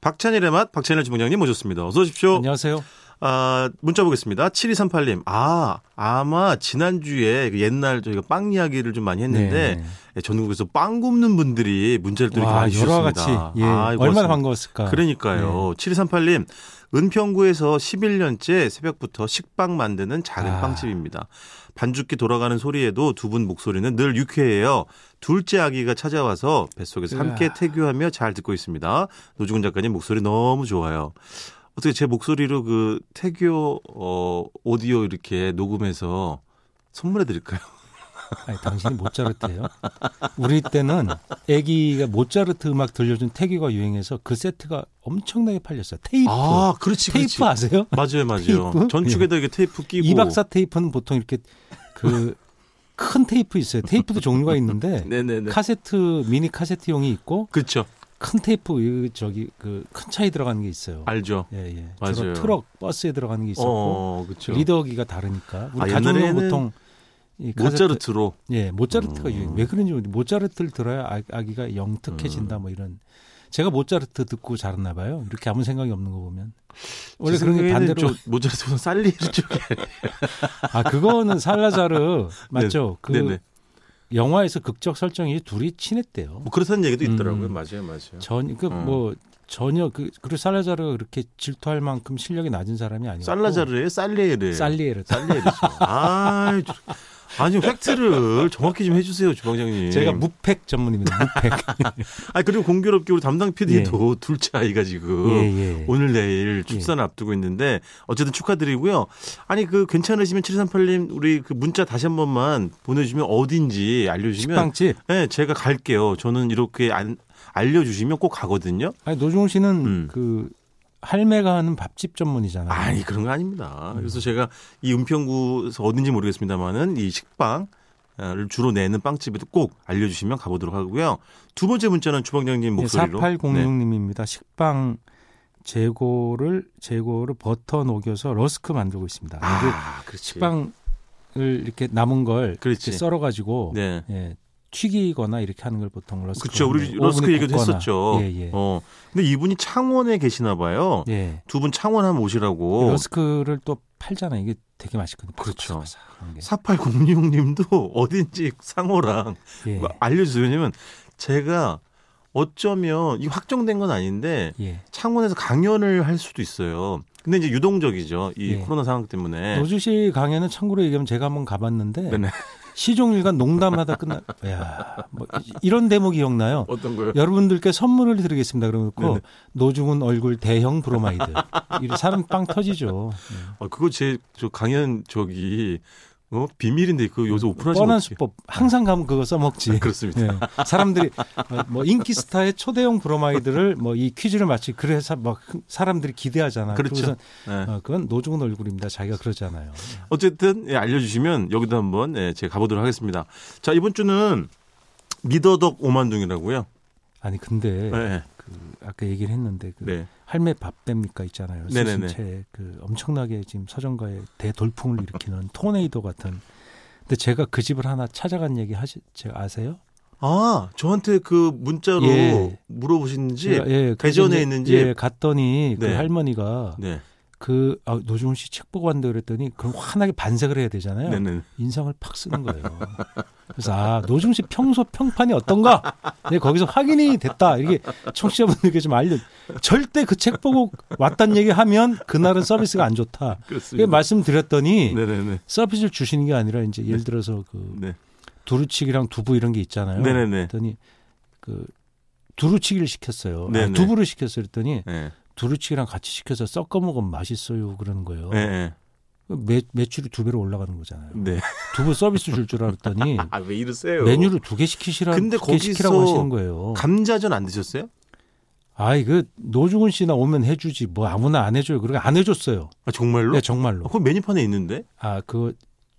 박찬일의 맛 박찬일 주방장님 모셨습니다. 어서 오십시오. 안녕하세요. 아, 문자 보겠습니다. 7238님. 아, 아마 지난주에 그 옛날 저희가 빵 이야기를 좀 많이 했는데 네. 예, 전국에서 빵 굽는 분들이 문자를 또 이렇게 와, 많이 열화 주셨습니다. 같이 예, 아이고, 고맙습니다. 얼마나 반가웠을까. 네. 그러니까요. 7238님, 은평구에서 11년째 새벽부터 식빵 만드는 작은 아. 빵집입니다. 반죽기 돌아가는 소리에도 두 분 목소리는 늘 유쾌해요. 둘째 아기가 찾아와서 뱃속에서 함께 으아. 태교하며 잘 듣고 있습니다. 노중훈 작가님 목소리 너무 좋아요. 어떻게 제 목소리로 그 태교 어, 오디오 이렇게 녹음해서 선물해 드릴까요? 아니, 당신이 모차르트예요. 우리 때는 아기가 모차르트 음악 들려준 태기가 유행해서 그 세트가 엄청나게 팔렸어요. 테이프. 아, 그렇지, 테이프 아세요? 맞아요, 맞아요. 테이프? 전축에다 이렇게 테이프 끼고. 이박사 테이프는 보통 이렇게 그 큰 테이프 있어요. 테이프도 종류가 있는데 네네네. 카세트 미니 카세트용이 있고 그렇죠. 큰 테이프 이 저기 그 큰 차에 들어가는 게 있어요. 알죠. 예, 예. 아, 맞아요. 주로 트럭 버스에 들어가는 게 있었고 어, 그렇죠. 리더기가 다르니까 우리 아, 가족은 옛날에는 보통 이 카세트- 모차르트로. 예, 모차르트가 음. 유행. 왜 그런지 모르겠는데 모차르트를 들어야 아- 아기가 음. 영특해진다 뭐 이런. 제가 모차르트 듣고 자랐나 봐요. 이렇게 아무 생각이 없는 거 보면. 원래 제 그런 게 생각에는 반대로 저 모차르트보다 살리르 쪽이 아 그거는 살라자르 맞죠? 그 네네. 영화에서 극적 설정이 둘이 친했대요. 뭐 그렇다는 얘기도 음. 있더라고요. 맞아요, 맞아요. 전 그 음. 뭐 전혀 그 그리고 살라자르가 그렇게 질투할 만큼 실력이 낮은 사람이 아니고 어. 살라자르예요, 살리르. 살리에르. 살리르죠. 아, 저- 아니 팩트를 정확히 좀 해주세요, 주방장님. 제가 무팩 전문입니다. 무팩. 아 그리고 공교롭게 우리 담당 PD도 둘째 아이가 지금 예, 그 예. 오늘 내일 출산 을 앞두고 있는데 어쨌든 축하드리고요. 아니 그 괜찮으시면 7338님 우리 그 문자 다시 한 번만 보내주시면 어딘지 알려주시면 식빵집. 네, 제가 갈게요. 저는 이렇게 안- 알려주시면 꼭 가거든요. 아니 노중훈 씨는 음. 그 할매가 하는 밥집 전문이잖아요. 아니 그런 거 아닙니다. 그래서 제가 이 은평구에서 어딘지 모르겠습니다만은 이 식빵을 주로 내는 빵집에도 꼭 알려주시면 가보도록 하고요. 두 번째 문자는 주방장님 네, 목소리로. 네. 4806님입니다. 예, 식빵 재고를 재고를 버터 녹여서 러스크 만들고 있습니다. 이게 아, 그렇지. 식빵을 이렇게 남은 걸 그렇지. 이렇게 썰어 가지고 네. 예, 튀기거나 이렇게 하는 걸 보통 러스크. 그렇죠. 우리 오븐에 러스크 얘기도 굽거나. 했었죠. 예, 예. 어. 근데 이분이 창원에 계시나 봐요. 예. 두 분 창원 한번 오시라고. 러스크를 또 팔잖아요. 이게 되게 맛있거든요. 그렇죠. 바삭바삭한 게. 4806님도 어딘지 상호랑 예. 뭐 알려주세요. 왜냐면 제가 어쩌면 이 확정된 건 아닌데 예. 창원에서 강연을 할 수도 있어요. 근데 이제 유동적이죠. 이 예. 코로나 상황 때문에. 노주 씨 강연은 참고로 얘기하면 제가 한번 가봤는데 네. 네네. 시종일관 농담하다 끝나. 야, 뭐 이- 이런 대목 기억나요? 어떤 거요? 여러분들께 선물을 드리겠습니다. 네네. 그러고 노중훈 얼굴 대형 브로마이드. 이 사람 빵 터지죠. 네. 아, 그거 제 저 강연 저기 어? 비밀인데 그 요새 오픈하지 뻔한 못해요. 수법. 항상 가면 그거 써먹지. 아, 그렇습니다. 예. 사람들이 어, 뭐 인기스타의 초대형 브로마이드를 뭐 이 퀴즈를 마치 그래서 막 사람들이 기대하잖아. 그렇죠. 그래서 네. 어, 그건 노중훈 얼굴입니다. 자기가 그러잖아요. 어쨌든 예, 알려주시면 여기도 한번 예, 제가 가보도록 하겠습니다. 자 이번 주는 미더덕 오만둥이라고요. 아니 근데 네. 그 아까 얘기를 했는데 그 네. 할매 밥됩니까 있잖아요. 네네네. 스승체 그 엄청나게 지금 서정가에 대돌풍을 일으키는 토네이도 같은. 근데 제가 그 집을 하나 찾아간 얘기 하시 제가 아세요? 아 저한테 그 문자로 예. 물어보시는지. 제가, 예, 대전에 그래서 이제, 있는지? 예, 갔더니 그 네. 할머니가 네. 그 아, 노중훈 씨 책 보고 왔는데 그랬더니 그럼 환하게 반색을 해야 되잖아요. 네네. 인상을 팍 쓰는 거예요. 그래서 아 노중훈 씨 평소 평판이 어떤가? 네, 거기서 확인이 됐다. 이게 청취자분들께 좀 알려. 절대 그 책 보고 왔단 얘기하면 그날은 서비스가 안 좋다. 그 그렇습니다. 말씀드렸더니 네네네. 서비스를 주시는 게 아니라 이제 예를 들어서 그 네. 두루치기랑 두부 이런 게 있잖아요. 네네네. 그랬더니 그 두루치기를 시켰어요. 아, 네네. 두부를 시켰어요. 그랬더니 네. 두루치기랑 같이 시켜서 섞어 먹으면 맛있어요. 그러는 거예요. 그 네. 매, 매출이 두 배로 올라가는 거잖아요. 네. 두부 서비스 줄 줄 알았더니 아왜 이러세요? 네. 메뉴를 어. 두 개 시키시라 근데 두개 시키라고 거기서 하시는 거예요. 감자전 안 드셨어요? 아이 그 노중훈 씨나 오면 해주지 뭐 아무나 안 해줘요. 그러니까 안 해줬어요. 아 정말로? 네 아, 정말로. 그거 메뉴판에 있는데. 아 그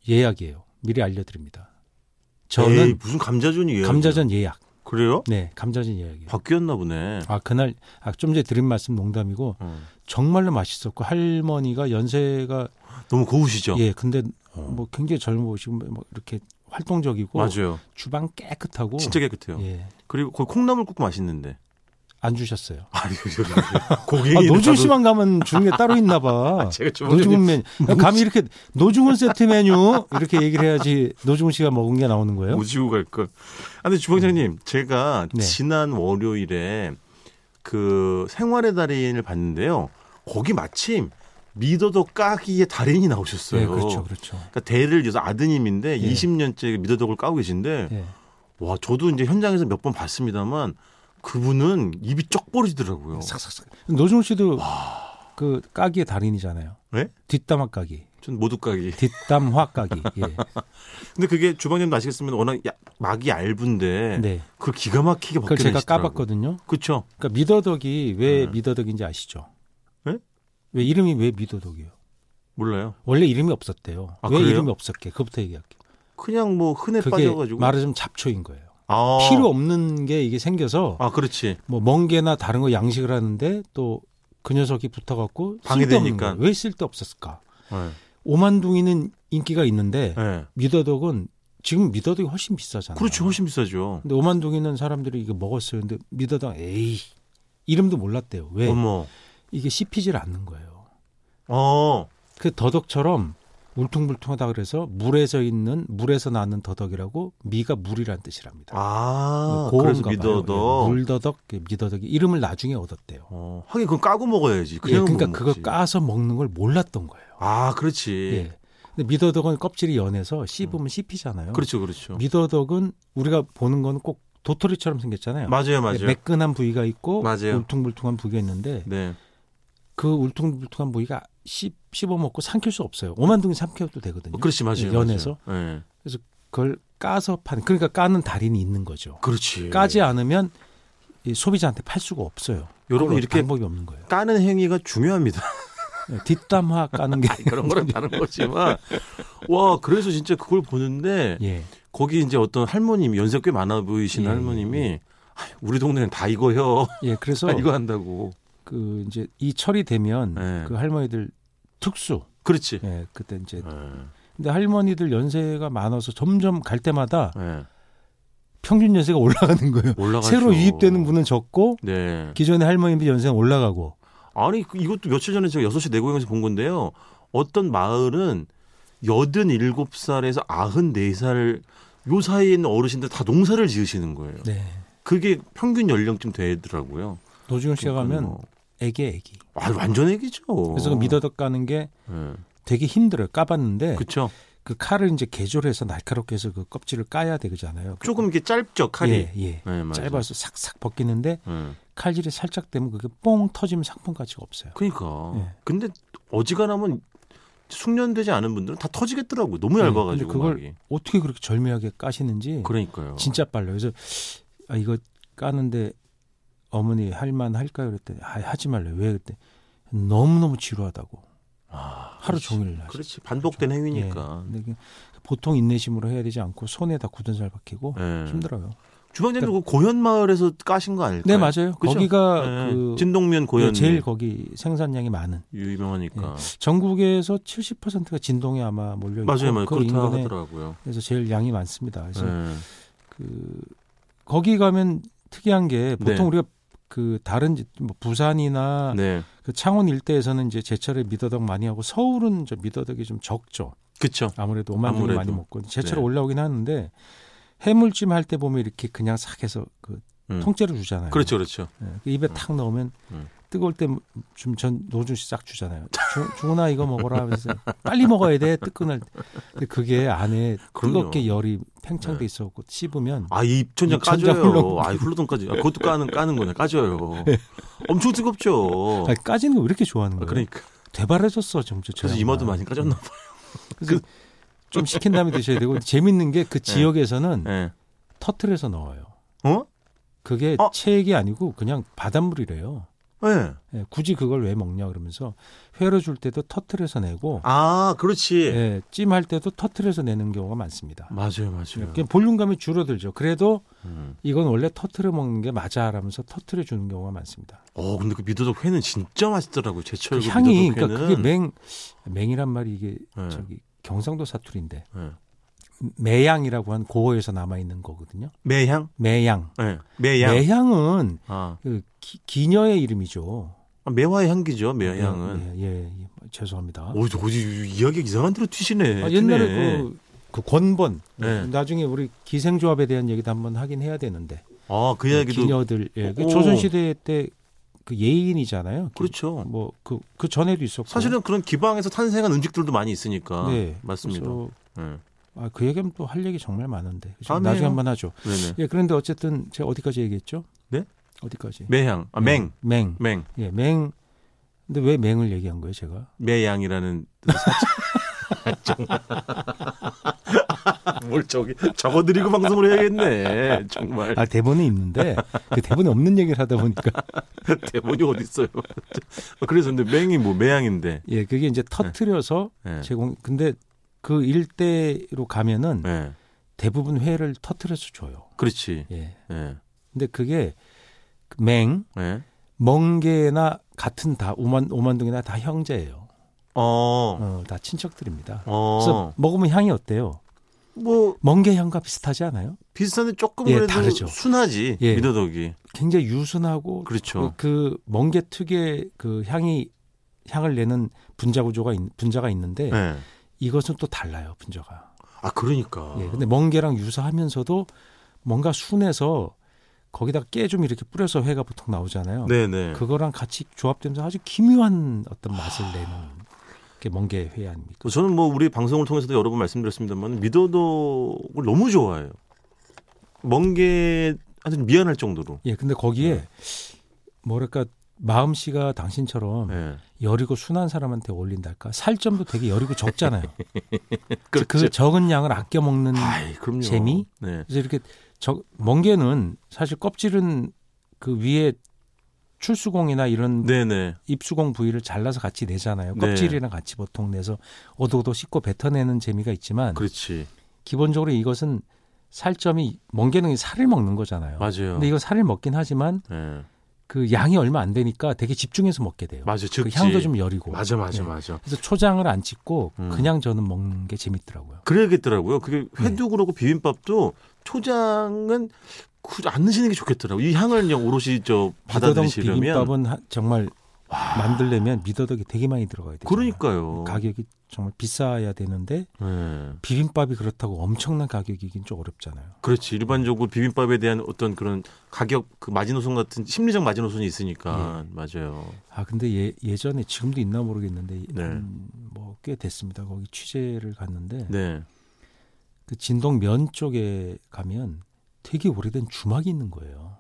예약이에요. 미리 알려드립니다. 에이, 저는 무슨 감자전이에요? 감자전 예약. 그래요? 네 감자전 예약이에요. 바뀌었나 보네. 아 그날 아좀 전에 드린 말씀 농담이고 어. 정말로 맛있었고 할머니가 연세가 너무 고우시죠? 예 근데 어. 뭐 굉장히 젊어 보시고 뭐 이렇게 활동적이고 맞아요. 주방 깨끗하고 진짜 깨끗해요. 예. 그리고 거기 콩나물국도 맛있는데. 안 주셨어요. 아니, 아, 고객이 노중 씨만 가면 주는 게 따로 있나 봐. 아, 제가 주방장님- 노중훈 메뉴. 감히 이렇게 노중훈 세트 메뉴 이렇게 얘기를 해야지 노중훈 씨가 먹은 게 나오는 거예요? 오지고 갈 걸. 아, 근데 주방장님, 제가 네. 지난 월요일에 그 생활의 달인을 봤는데요. 거기 마침 미더더 까기의 달인이 나오셨어요. 네, 그렇죠, 그렇죠. 그러니까 대를 이어서 아드님인데 예. 20년째 그 미더덕을 까고 계신데 예. 와 저도 이제 현장에서 몇 번 봤습니다만 그분은 입이 쩍 벌어지더라고요. 삭삭삭. 노중훈 씨도 그 까기의 달인이잖아요. 네? 뒷담화 까기, 전 모두 까기. 뒷담화 까기. 예. 근데 그게 주방장님도 아시겠으면 워낙 야- 막이 얇은데 네. 뭐 그걸 기가 막히게 그걸 제가 벗겨내시더라고요. 까봤거든요. 그렇죠. 그러니까 미더덕이 왜 네. 미더덕인지 아시죠? 네? 왜 이름이 왜 미더덕이에요? 몰라요. 원래 이름이 없었대요. 아, 왜 그래요? 이름이 없었게? 그부터 얘기할게요. 그냥 뭐 흔해 그게 빠져가지고 말하자면 잡초인 거예요. 아. 필요 없는 게 이게 생겨서 아 그렇지. 뭐 멍게나 다른 거 양식을 하는데 또 그 녀석이 붙어갖고 쓸데없는 방해되니까. 거예요. 왜 쓸데없었을까? 네. 오만둥이는 인기가 있는데 네. 미더덕은 지금 미더덕이 훨씬 비싸잖아요. 그렇죠. 훨씬 비싸죠. 근데 오만둥이는 사람들이 이거 먹었어요. 근데 미더덕 에이 이름도 몰랐대요. 왜? 어머. 이게 씹히질 않는 거예요. 어. 그 더덕처럼 울퉁불퉁하다 그래서 물에서 있는 물에서 나는 더덕이라고 미가 물이란 뜻이랍니다. 뭐 아. 고운가 그래서 봐요. 미더더. 예, 물더덕, 예, 미더덕이 이름을 나중에 얻었대요. 어. 하긴 그건 까고 먹어야지. 예, 그냥 그러니까 못 그걸 먹지. 까서 먹는 걸 몰랐던 거예요. 아 그렇지. 예. 근데 미더덕은 껍질이 연해서 씹으면 씹히잖아요. 음. 그렇죠, 그렇죠. 미더덕은 우리가 보는 건 꼭 도토리처럼 생겼잖아요. 맞아요, 예, 맞아요. 매끈한 부위가 있고 맞아요. 울퉁불퉁한 부위가 있는데 네. 그 울퉁불퉁한 부위가 씹, 씹어 먹고 삼킬 수 없어요. 오만둥이 삼켜도 되거든요. 어, 그렇지, 맞아요. 예, 연해서. 맞아요. 예. 그걸 까서 파는 그러니까 까는 달인이 있는 거죠. 그렇지. 까지 않으면 이 소비자한테 팔 수가 없어요. 여러분, 그건 이렇게- 방법이 없는 거예요. 까는 행위가 중요합니다. 예, 뒷담화 까는 게 그런 거는 다른 거지만 와 그래서 진짜 그걸 보는데 예. 거기 이제 어떤 할머님 연세 꽤 많아 보이신 예, 할머님이 아이, 우리 동네는 다 이거요. 예, 그래서 다 아, 이거 한다고. 그 이제 이 철이 되면 네. 그 할머니들 특수 그렇지. 예 그때 이제 예. 근데 할머니들 연세가 많아서 점점 갈 때마다 예. 평균 연세가 올라가는 거예요. 올라가죠. 새로 유입되는 분은 적고 네. 기존의 할머니들 연세는 올라가고 아니 그- 이것도 며칠 전에 제가 6시 네 내고향에서 본 건데요. 어떤 마을은 87살에서 94살 요 사이에 있는 어르신들 다 농사를 지으시는 거예요. 네. 그게 평균 연령쯤 되더라고요. 노중훈 씨가 가면 뭐, 애기 애기. 아, 완전 애기죠. 그래서 그 미더덕 까는 게 예. 되게 힘들어요. 까봤는데 그, 그렇죠. 칼을 이제 개조를 해서 날카롭게 해서 그 껍질을 까야 되잖아요. 그 조금 이렇게 짧죠 칼이. 예, 예. 네, 맞아요. 짧아서 싹싹 벗기는데 예. 칼질이 살짝 되면 그게 뽕 터지면 상품 가치가 없어요. 그러니까. 예. 근데 어지간하면 숙련되지 않은 분들은 다 터지겠더라고. 요 너무 네, 얇아가지고 근데 그걸 막이. 어떻게 그렇게 절묘하게 까시는지 그러니까요. 진짜 빨라요. 그래서 아, 이거 까는데 어머니 할만 할까요? 그랬더니 아, 하지 말래. 요왜 그때 너무 너무 지루하다고 아, 하루 그렇지. 종일 하시. 그렇지 반복된 행위니까. 예. 근데 이게 보통 인내심으로 해야 되지 않고 손에다 굳은 살 박히고 예. 힘들어요. 그러니까 주방장님 그 고현 마을에서 까신 거 아닐까요? 네 맞아요. 그죠? 거기가 예, 그 진동면 고현 제일 거기 생산량이 많은 유명하니까 전국에서 70%가 진동에 아마 몰려 있고 맞아요, 맞아요. 그 그렇다 인근에 하더라고요. 그래서 제일 양이 많습니다. 그래서 예. 그 거기 가면 특이한 게 보통 네. 우리가 그 다른 지- 뭐 부산이나 네, 그 창원 일대에서는 이제 제철에 미더덕 많이 하고 서울은 저 미더덕이 좀 적죠. 그렇죠. 아무래도 오만둥이 아무래도. 많이 먹고 제철에 네. 올라오긴 하는데 해물찜 할 때 보면 이렇게 그냥 싹 해서 그 음. 통째로 주잖아요. 그렇죠, 그렇죠. 예, 그 입에 탁 넣으면 음. 뜨거울 때 좀 전 노준 씨 싹 주잖아요. 주- 주은아 이거 먹어라 하면서 빨리 먹어야 돼 뜨끈할 때. 근데 그게 안에 그럼요. 네. 뜨겁게 열이 팽창돼 있어갖고 씹으면 아, 이 입천장 입천장 까져요. 훌렁. 아, 훌러덩까지. 아, 그것도 까는 까는 거네. 까져요. 예. 엄청 뜨겁죠. 아니, 까지는 거 왜 이렇게 어. 좋아하는 아, 거예요? 그러니까. 대발해졌어 정말. 그래서 이마도 많이 까졌나 봐. 그래서 좀 식힌 다음에 드셔야 되고 재밌는 게 네. 그 지역에서는 예. 터틀에서 넣어요. 어? 그게 어? 체액이 아니고 그냥 바닷물이래요. 예. 예, 굳이 그걸 왜 먹냐 그러면서 회로 줄 때도 터틀에서 내고 아, 그렇지. 예, 찜할 때도 터틀에서 내는 경우가 많습니다. 예, 맞아요, 맞아요. 그냥 볼륨감이 줄어들죠. 그래도 음. 이건 원래 터틀을 먹는 게 맞아라면서 터틀을 주는 경우가 많습니다. 어, 근데 그 미더덕 회는 진짜 맛있더라고요. 제철 그 그 향이 미더덕 회는. 그러니까 그게 맹 맹이란 말이 이게 예. 저기 경상도 사투리인데 예. 매양이라고 한 고어에서 남아 있는 거거든요. 매향? 매양. 네. 매향. 매향은 아. 그 기, 기녀의 이름이죠. 아, 매화의 향기죠. 매향은. 예, 예, 예. 죄송합니다. 오, 저 이야기 이상한 대로 튀시네. 아, 옛날에 튀네. 그, 그 권번 네. 나중에 우리 기생조합에 대한 얘기도 한번 하긴 해야 되는데 아, 그 이야기도 기녀들 예. 그 오. 조선시대 때 그 예인이잖아요. 그렇죠. 뭐그 그 전에도 있었고 사실은 그런 기방에서 탄생한 음식들도 많이 있으니까. 네. 맞습니다. 그래서 네. 아, 그 얘기하면 또 할 얘기 정말 많은데 그죠? 다음에요. 나중에 한번 하죠. 네네. 예, 그런데 어쨌든 제가 어디까지 얘기했죠? 네? 어디까지? 매향. 아, 맹. 예, 맹. 맹. 예, 맹. 근데 왜 맹을 얘기한 거예요, 제가? 매양이라는 뭘 저기 적어드리고 방송을 해야겠네 정말 아, 대본에 있는데 그 대본에 없는 얘기를 하다 보니까 아, 대본이 어디 있어요 그래서 근데 맹이 뭐 매양인데 예, 그게 이제 터트려서 예. 제공 근데 그 일대로 가면은 예. 대부분 회를 터트려서 줘요. 그렇지 예. 예. 근데 그게 그 맹, 예. 멍게나 같은 다 오만 오만둥이나 다 형제예요. 어. 어, 다 친척들입니다. 어. 그래서 먹으면 향이 어때요? 뭐 멍게 향과 비슷하지 않아요? 비슷한데 조금 예, 그래도 다르죠. 순하지 예. 미더덕이 굉장히 유순하고 그렇죠. 그, 그 멍게 특유의 그 향이 향을 내는 분자 구조가 있, 분자가 있는데 예. 이것은 또 달라요 분자가. 아 그러니까 예, 근데 멍게랑 유사하면서도 뭔가 순해서 거기다가 깨 좀 이렇게 뿌려서 회가 보통 나오잖아요. 네네 그거랑 같이 조합되면서 아주 기묘한 어떤 맛을 아. 내는 게 멍게 회 아닙니까? 저는 뭐 우리 방송을 통해서도 여러 번 말씀드렸습니다만 미더덕을 너무 좋아해요 멍게 아주 미안할 정도로 예, 근데 거기에 네. 뭐랄까 마음씨가 당신처럼 예. 여리고 순한 사람한테 어울린달까? 살점도 되게 여리고 적잖아요. 그래서 그 네. 그렇죠. 적은 양을 아껴 먹는 아이, 그럼요. 재미? 네. 그래서 이렇게 적 멍게는 사실 껍질은 그 위에 출수공이나 이런 네네. 입수공 부위를 잘라서 같이 내잖아요. 네. 껍질이랑 같이 보통 내서 오도오도 씻고 뱉어내는 재미가 있지만 그렇지. 기본적으로 이것은 살점이 멍게는 살을 먹는 거잖아요. 맞아요. 근데 이건 살을 먹긴 하지만 예. 그 양이 얼마 안 되니까 되게 집중해서 먹게 돼요. 맞아. 즉 그 향도 좀 여리고. 맞아, 맞아, 예. 맞아. 그래서 초장을 안 찍고 음. 그냥 저는 먹는 게 재밌더라고요. 그래야겠더라고요. 그게 네. 회도 그렇고 비빔밥도 초장은 굳이 안 넣으시는 게 좋겠더라고요. 이 향을 그냥 오롯이 저 미더덕 받아들이시려면. 비빔밥은 하- 정말 만들려면 미더덕이 되게 많이 들어가야 돼요. 그러니까요. 가격이 정말 비싸야 되는데 예. 비빔밥이 그렇다고 엄청난 가격이긴 좀 어렵잖아요. 그렇지. 일반적으로 비빔밥에 대한 어떤 그런 가격 그 마지노선 같은 심리적 마지노선이 있으니까 맞아요. 아 근데 예, 예전에 지금도 있나 모르겠는데 네. 뭐꽤 됐습니다. 거기 취재를 갔는데 네. 그 진동 면 쪽에 가면 되게 오래된 주막이 있는 거예요.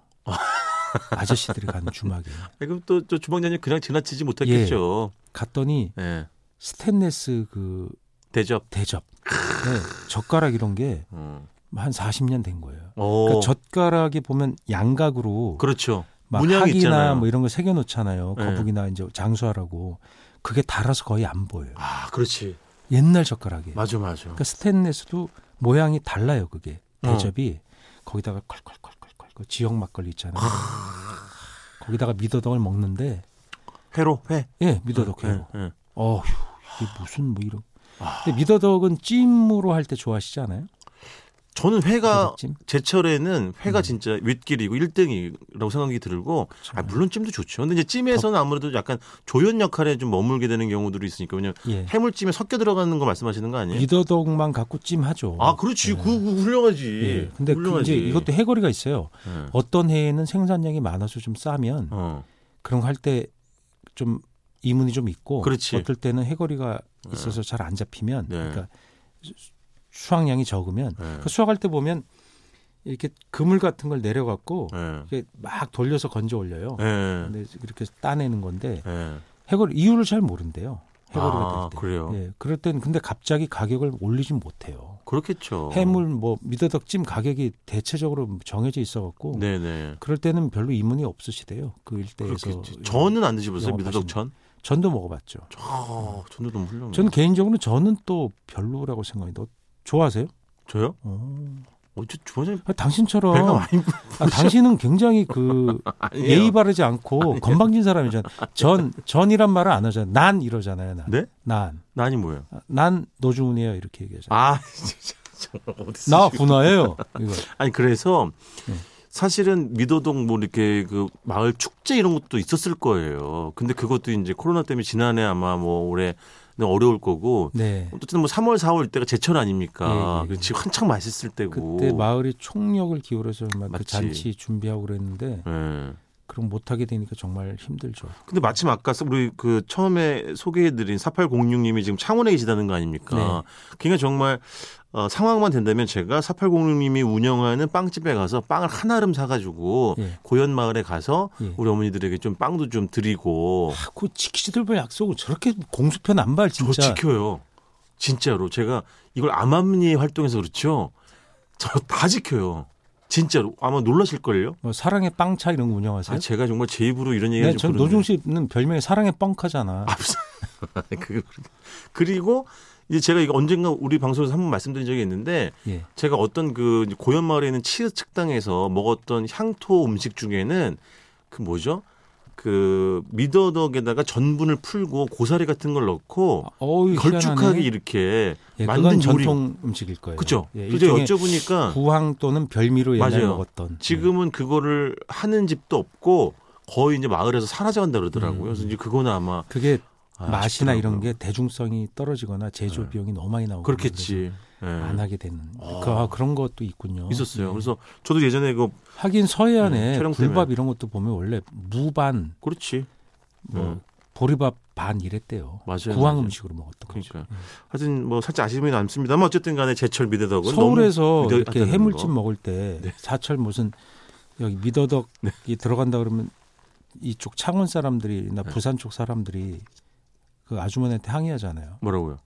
아저씨들이 가는 주막에 그럼 또 저 주방장님 그냥 지나치지 못했겠죠. 갔더니 예. 스탠레스 그 대접. 대접, 네, 젓가락 이런 게 한 음. 40년 된 거예요. 어. 그러니까 젓가락이 보면 양각으로 그렇죠. 막 문양이 학이나 있잖아요. 뭐 이런 거 새겨 놓잖아요. 네. 거북이나 이제 장수하라고 그게 달아서 거의 안 보여요. 아, 그렇지. 옛날 젓가락이에요. 맞아, 맞아. 그러니까 스테인레스도 모양이 달라요. 그게 어. 대접이 거기다가 콸콸콸콸콸 그 지역 막걸리 있잖아요. 거기다가 미더덕을 먹는데 회로 회. 예 미더덕 해요. 예, 예. 어휴 이게 무슨 뭐 이런. 아. 근데 미더덕은 찜으로 할 때 좋아하시지 않아요? 저는 회가 미더덕찜? 음. 제철에는 회가 진짜 윗길이고 1등이라고 생각이 들고 그렇죠. 아, 물론 찜도 좋죠. 근데 이제 찜에서는 아무래도 약간 조연 역할에 좀 머물게 되는 경우들이 있으니까 왜냐면 예. 해물찜에 섞여 들어가는 거 말씀하시는 거 아니에요? 미더덕만 갖고 찜하죠. 네? 아, 그렇지. 그, 그 훌륭하지. 예. 근데 그 훌륭하지. 이제 이것도 해거리가 있어요. 예. 어떤 해에는 생산량이 많아서 좀 싸면 어. 그런 거 할 때 좀 이문이 좀 있고 그렇지. 어떨 때는 해거리가 있어서 잘 안 잡히면 네. 그러니까 수- 수확량이 적으면 예. 그 수확할 때 보면 이렇게 그물 같은 걸 내려갖고 예. 이렇게 막 돌려서 건져 올려요. 예. 근데 이렇게 따내는 건데 예. 해거리 이유를 잘 모른대요. 해거리가 아, 될 때. 그래요. 예, 그럴 땐 근데 갑자기 가격을 올리진 못해요. 그렇겠죠. 해물 뭐 미더덕찜 가격이 대체적으로 정해져 있어갖고 네, 네. 그럴 때는 별로 이문이 없으시대요. 그 일대에서 그렇겠지. 저는 안 드셔보세요. 영업 미더덕천. 전도 먹어봤죠. 아, 전도 너무 훌륭해. 저는 개인적으로 저는 또 별로라고 생각해요. 좋아하세요? 저요? 어. 어째 주방장님 아, 배가 당신처럼 많이 아, 당신은 굉장히 그 아니에요. 예의 바르지 않고 건방진 사람이잖아. 전 전이란 말을 안 하잖아. 난 이러잖아요. 난. 네? 난. 난이 뭐예요? 아, 난 노중훈이에요. 이렇게 얘기하잖아. 아, 진짜. 어디 나 분화예요. 이거. 아니 그래서 네. 사실은 미도동 뭐 이렇게 그 마을 축제 이런 것도 있었을 거예요. 근데 그것도 이제 코로나 때문에 지난해 아마 뭐 올해 어려울 거고 네. 어쨌든 뭐 3월 4월 때가 제철 아닙니까? 예, 예. 그래서 지금 한창 맛있을 때고. 그때 마을이 총력을 기울여서 막 그 맞지. 잔치 준비하고 그랬는데 예. 그럼 못하게 되니까 정말 힘들죠. 근데 마침 아까 우리 그 처음에 소개해드린 4806님이 지금 창원에 계시다는 거 아닙니까? 그러니까 정말 어, 상황만 된다면 제가 4806님이 운영하는 빵집에 가서 빵을 한 알음 사가지고 예. 고현 마을에 가서 예. 우리 어머니들에게 좀 빵도 좀 드리고 아, 그 지키지들보 약속을 저렇게 공수표 남발 저 진짜. 지켜요. 진짜로 제가 이걸 암암리 활동해서 그렇죠. 저 다 지켜요. 진짜로 아마 놀라실 걸요. 뭐 사랑의 빵차 이런 거 운영하세요? 아, 제가 정말 제 입으로 이런 얘기를 네, 저 노중 씨는 별명이 사랑의 뻥카잖아. 그 그리고 이제 제가 이거 언젠가 우리 방송에서 한번 말씀드린 적이 있는데 예. 제가 어떤 그 이제 고현마을에 있는 치즈 식당에서 먹었던 향토 음식 중에는 그 뭐죠? 그 미더덕에다가 전분을 풀고 고사리 같은 걸 넣고 어우, 걸쭉하게 아, 희한하네. 이렇게 예, 만든 만든 요리 전통 음식일 거예요. 그죠? 예, 그래서 일종의 여쭤보니까 부황 또는 별미로 옛날에 맞아요. 먹었던. 예. 지금은 그거를 하는 집도 없고 거의 이제 마을에서 사라져간다 그러더라고요. 음. 그래서 이제 그거는 아마 그게 아, 맛이나 이런 아쉽더라고요. 네. 게 대중성이 떨어지거나 제조 비용이 너무 많이 나오고 그렇겠지. 예. 어, 안 하게 되는 아. 그, 아, 그런 것도 있군요. 있었어요. 예. 그래서 저도 예전에 그 하긴 음, 서해안에 촬영 때문에. 굴밥 이런 것도 보면 원래 무반, 그렇지 뭐 음. 보리밥 반 이랬대요. 맞아요, 구황 맞아요. 음식으로 먹었던 거죠. 네. 그러니까 하여튼 뭐 살짝 아쉬움이 남습니다만 어쨌든 간에 제철 미대덕은 서울에서 너무 이렇게 미대덕하다는 해물찜 거. 네. 먹을 때 사철 무슨 여기 미더덕이 들어간다 그러면 이쪽 창원 사람들이나 네. 부산 쪽 사람들이 그 아주머니한테 항의하잖아요. 뭐라고요?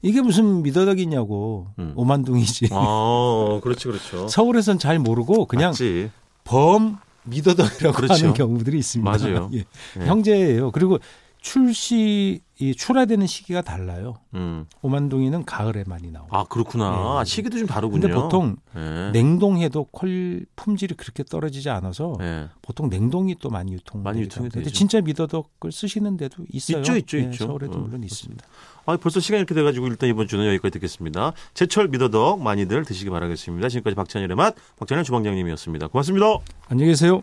이게 무슨 미더덕이냐고 음. 오만둥이지. 아 그렇지 그렇죠. 서울에선 잘 모르고 그냥 맞지. 범 미더덕이라고 그렇죠. 하는 경우들이 있습니다. 맞아요. 예. 예. 형제예요. 그리고 출시 이 출하되는 시기가 달라요. 음. 오만둥이는 가을에 많이 나오고. 아 그렇구나. 예. 시기도 좀 다르군요. 근데 보통 네. 예. 냉동해도 퀄 품질이 그렇게 떨어지지 않아서 예. 보통 냉동이 또 많이 유통. 많이 유통이 근데 되죠. 진짜 미더덕을 쓰시는 데도 있어요. 있죠, 있죠, 예, 있죠. 서울에도 어, 물론 그렇습니다. 있습니다. 아 벌써 시간이 이렇게 돼가지고 일단 이번 주는 여기까지 듣겠습니다. 제철 미더덕 많이들 드시기 바라겠습니다. 지금까지 박찬일의 맛 박찬일 주방장님이었습니다. 고맙습니다. 안녕히 계세요.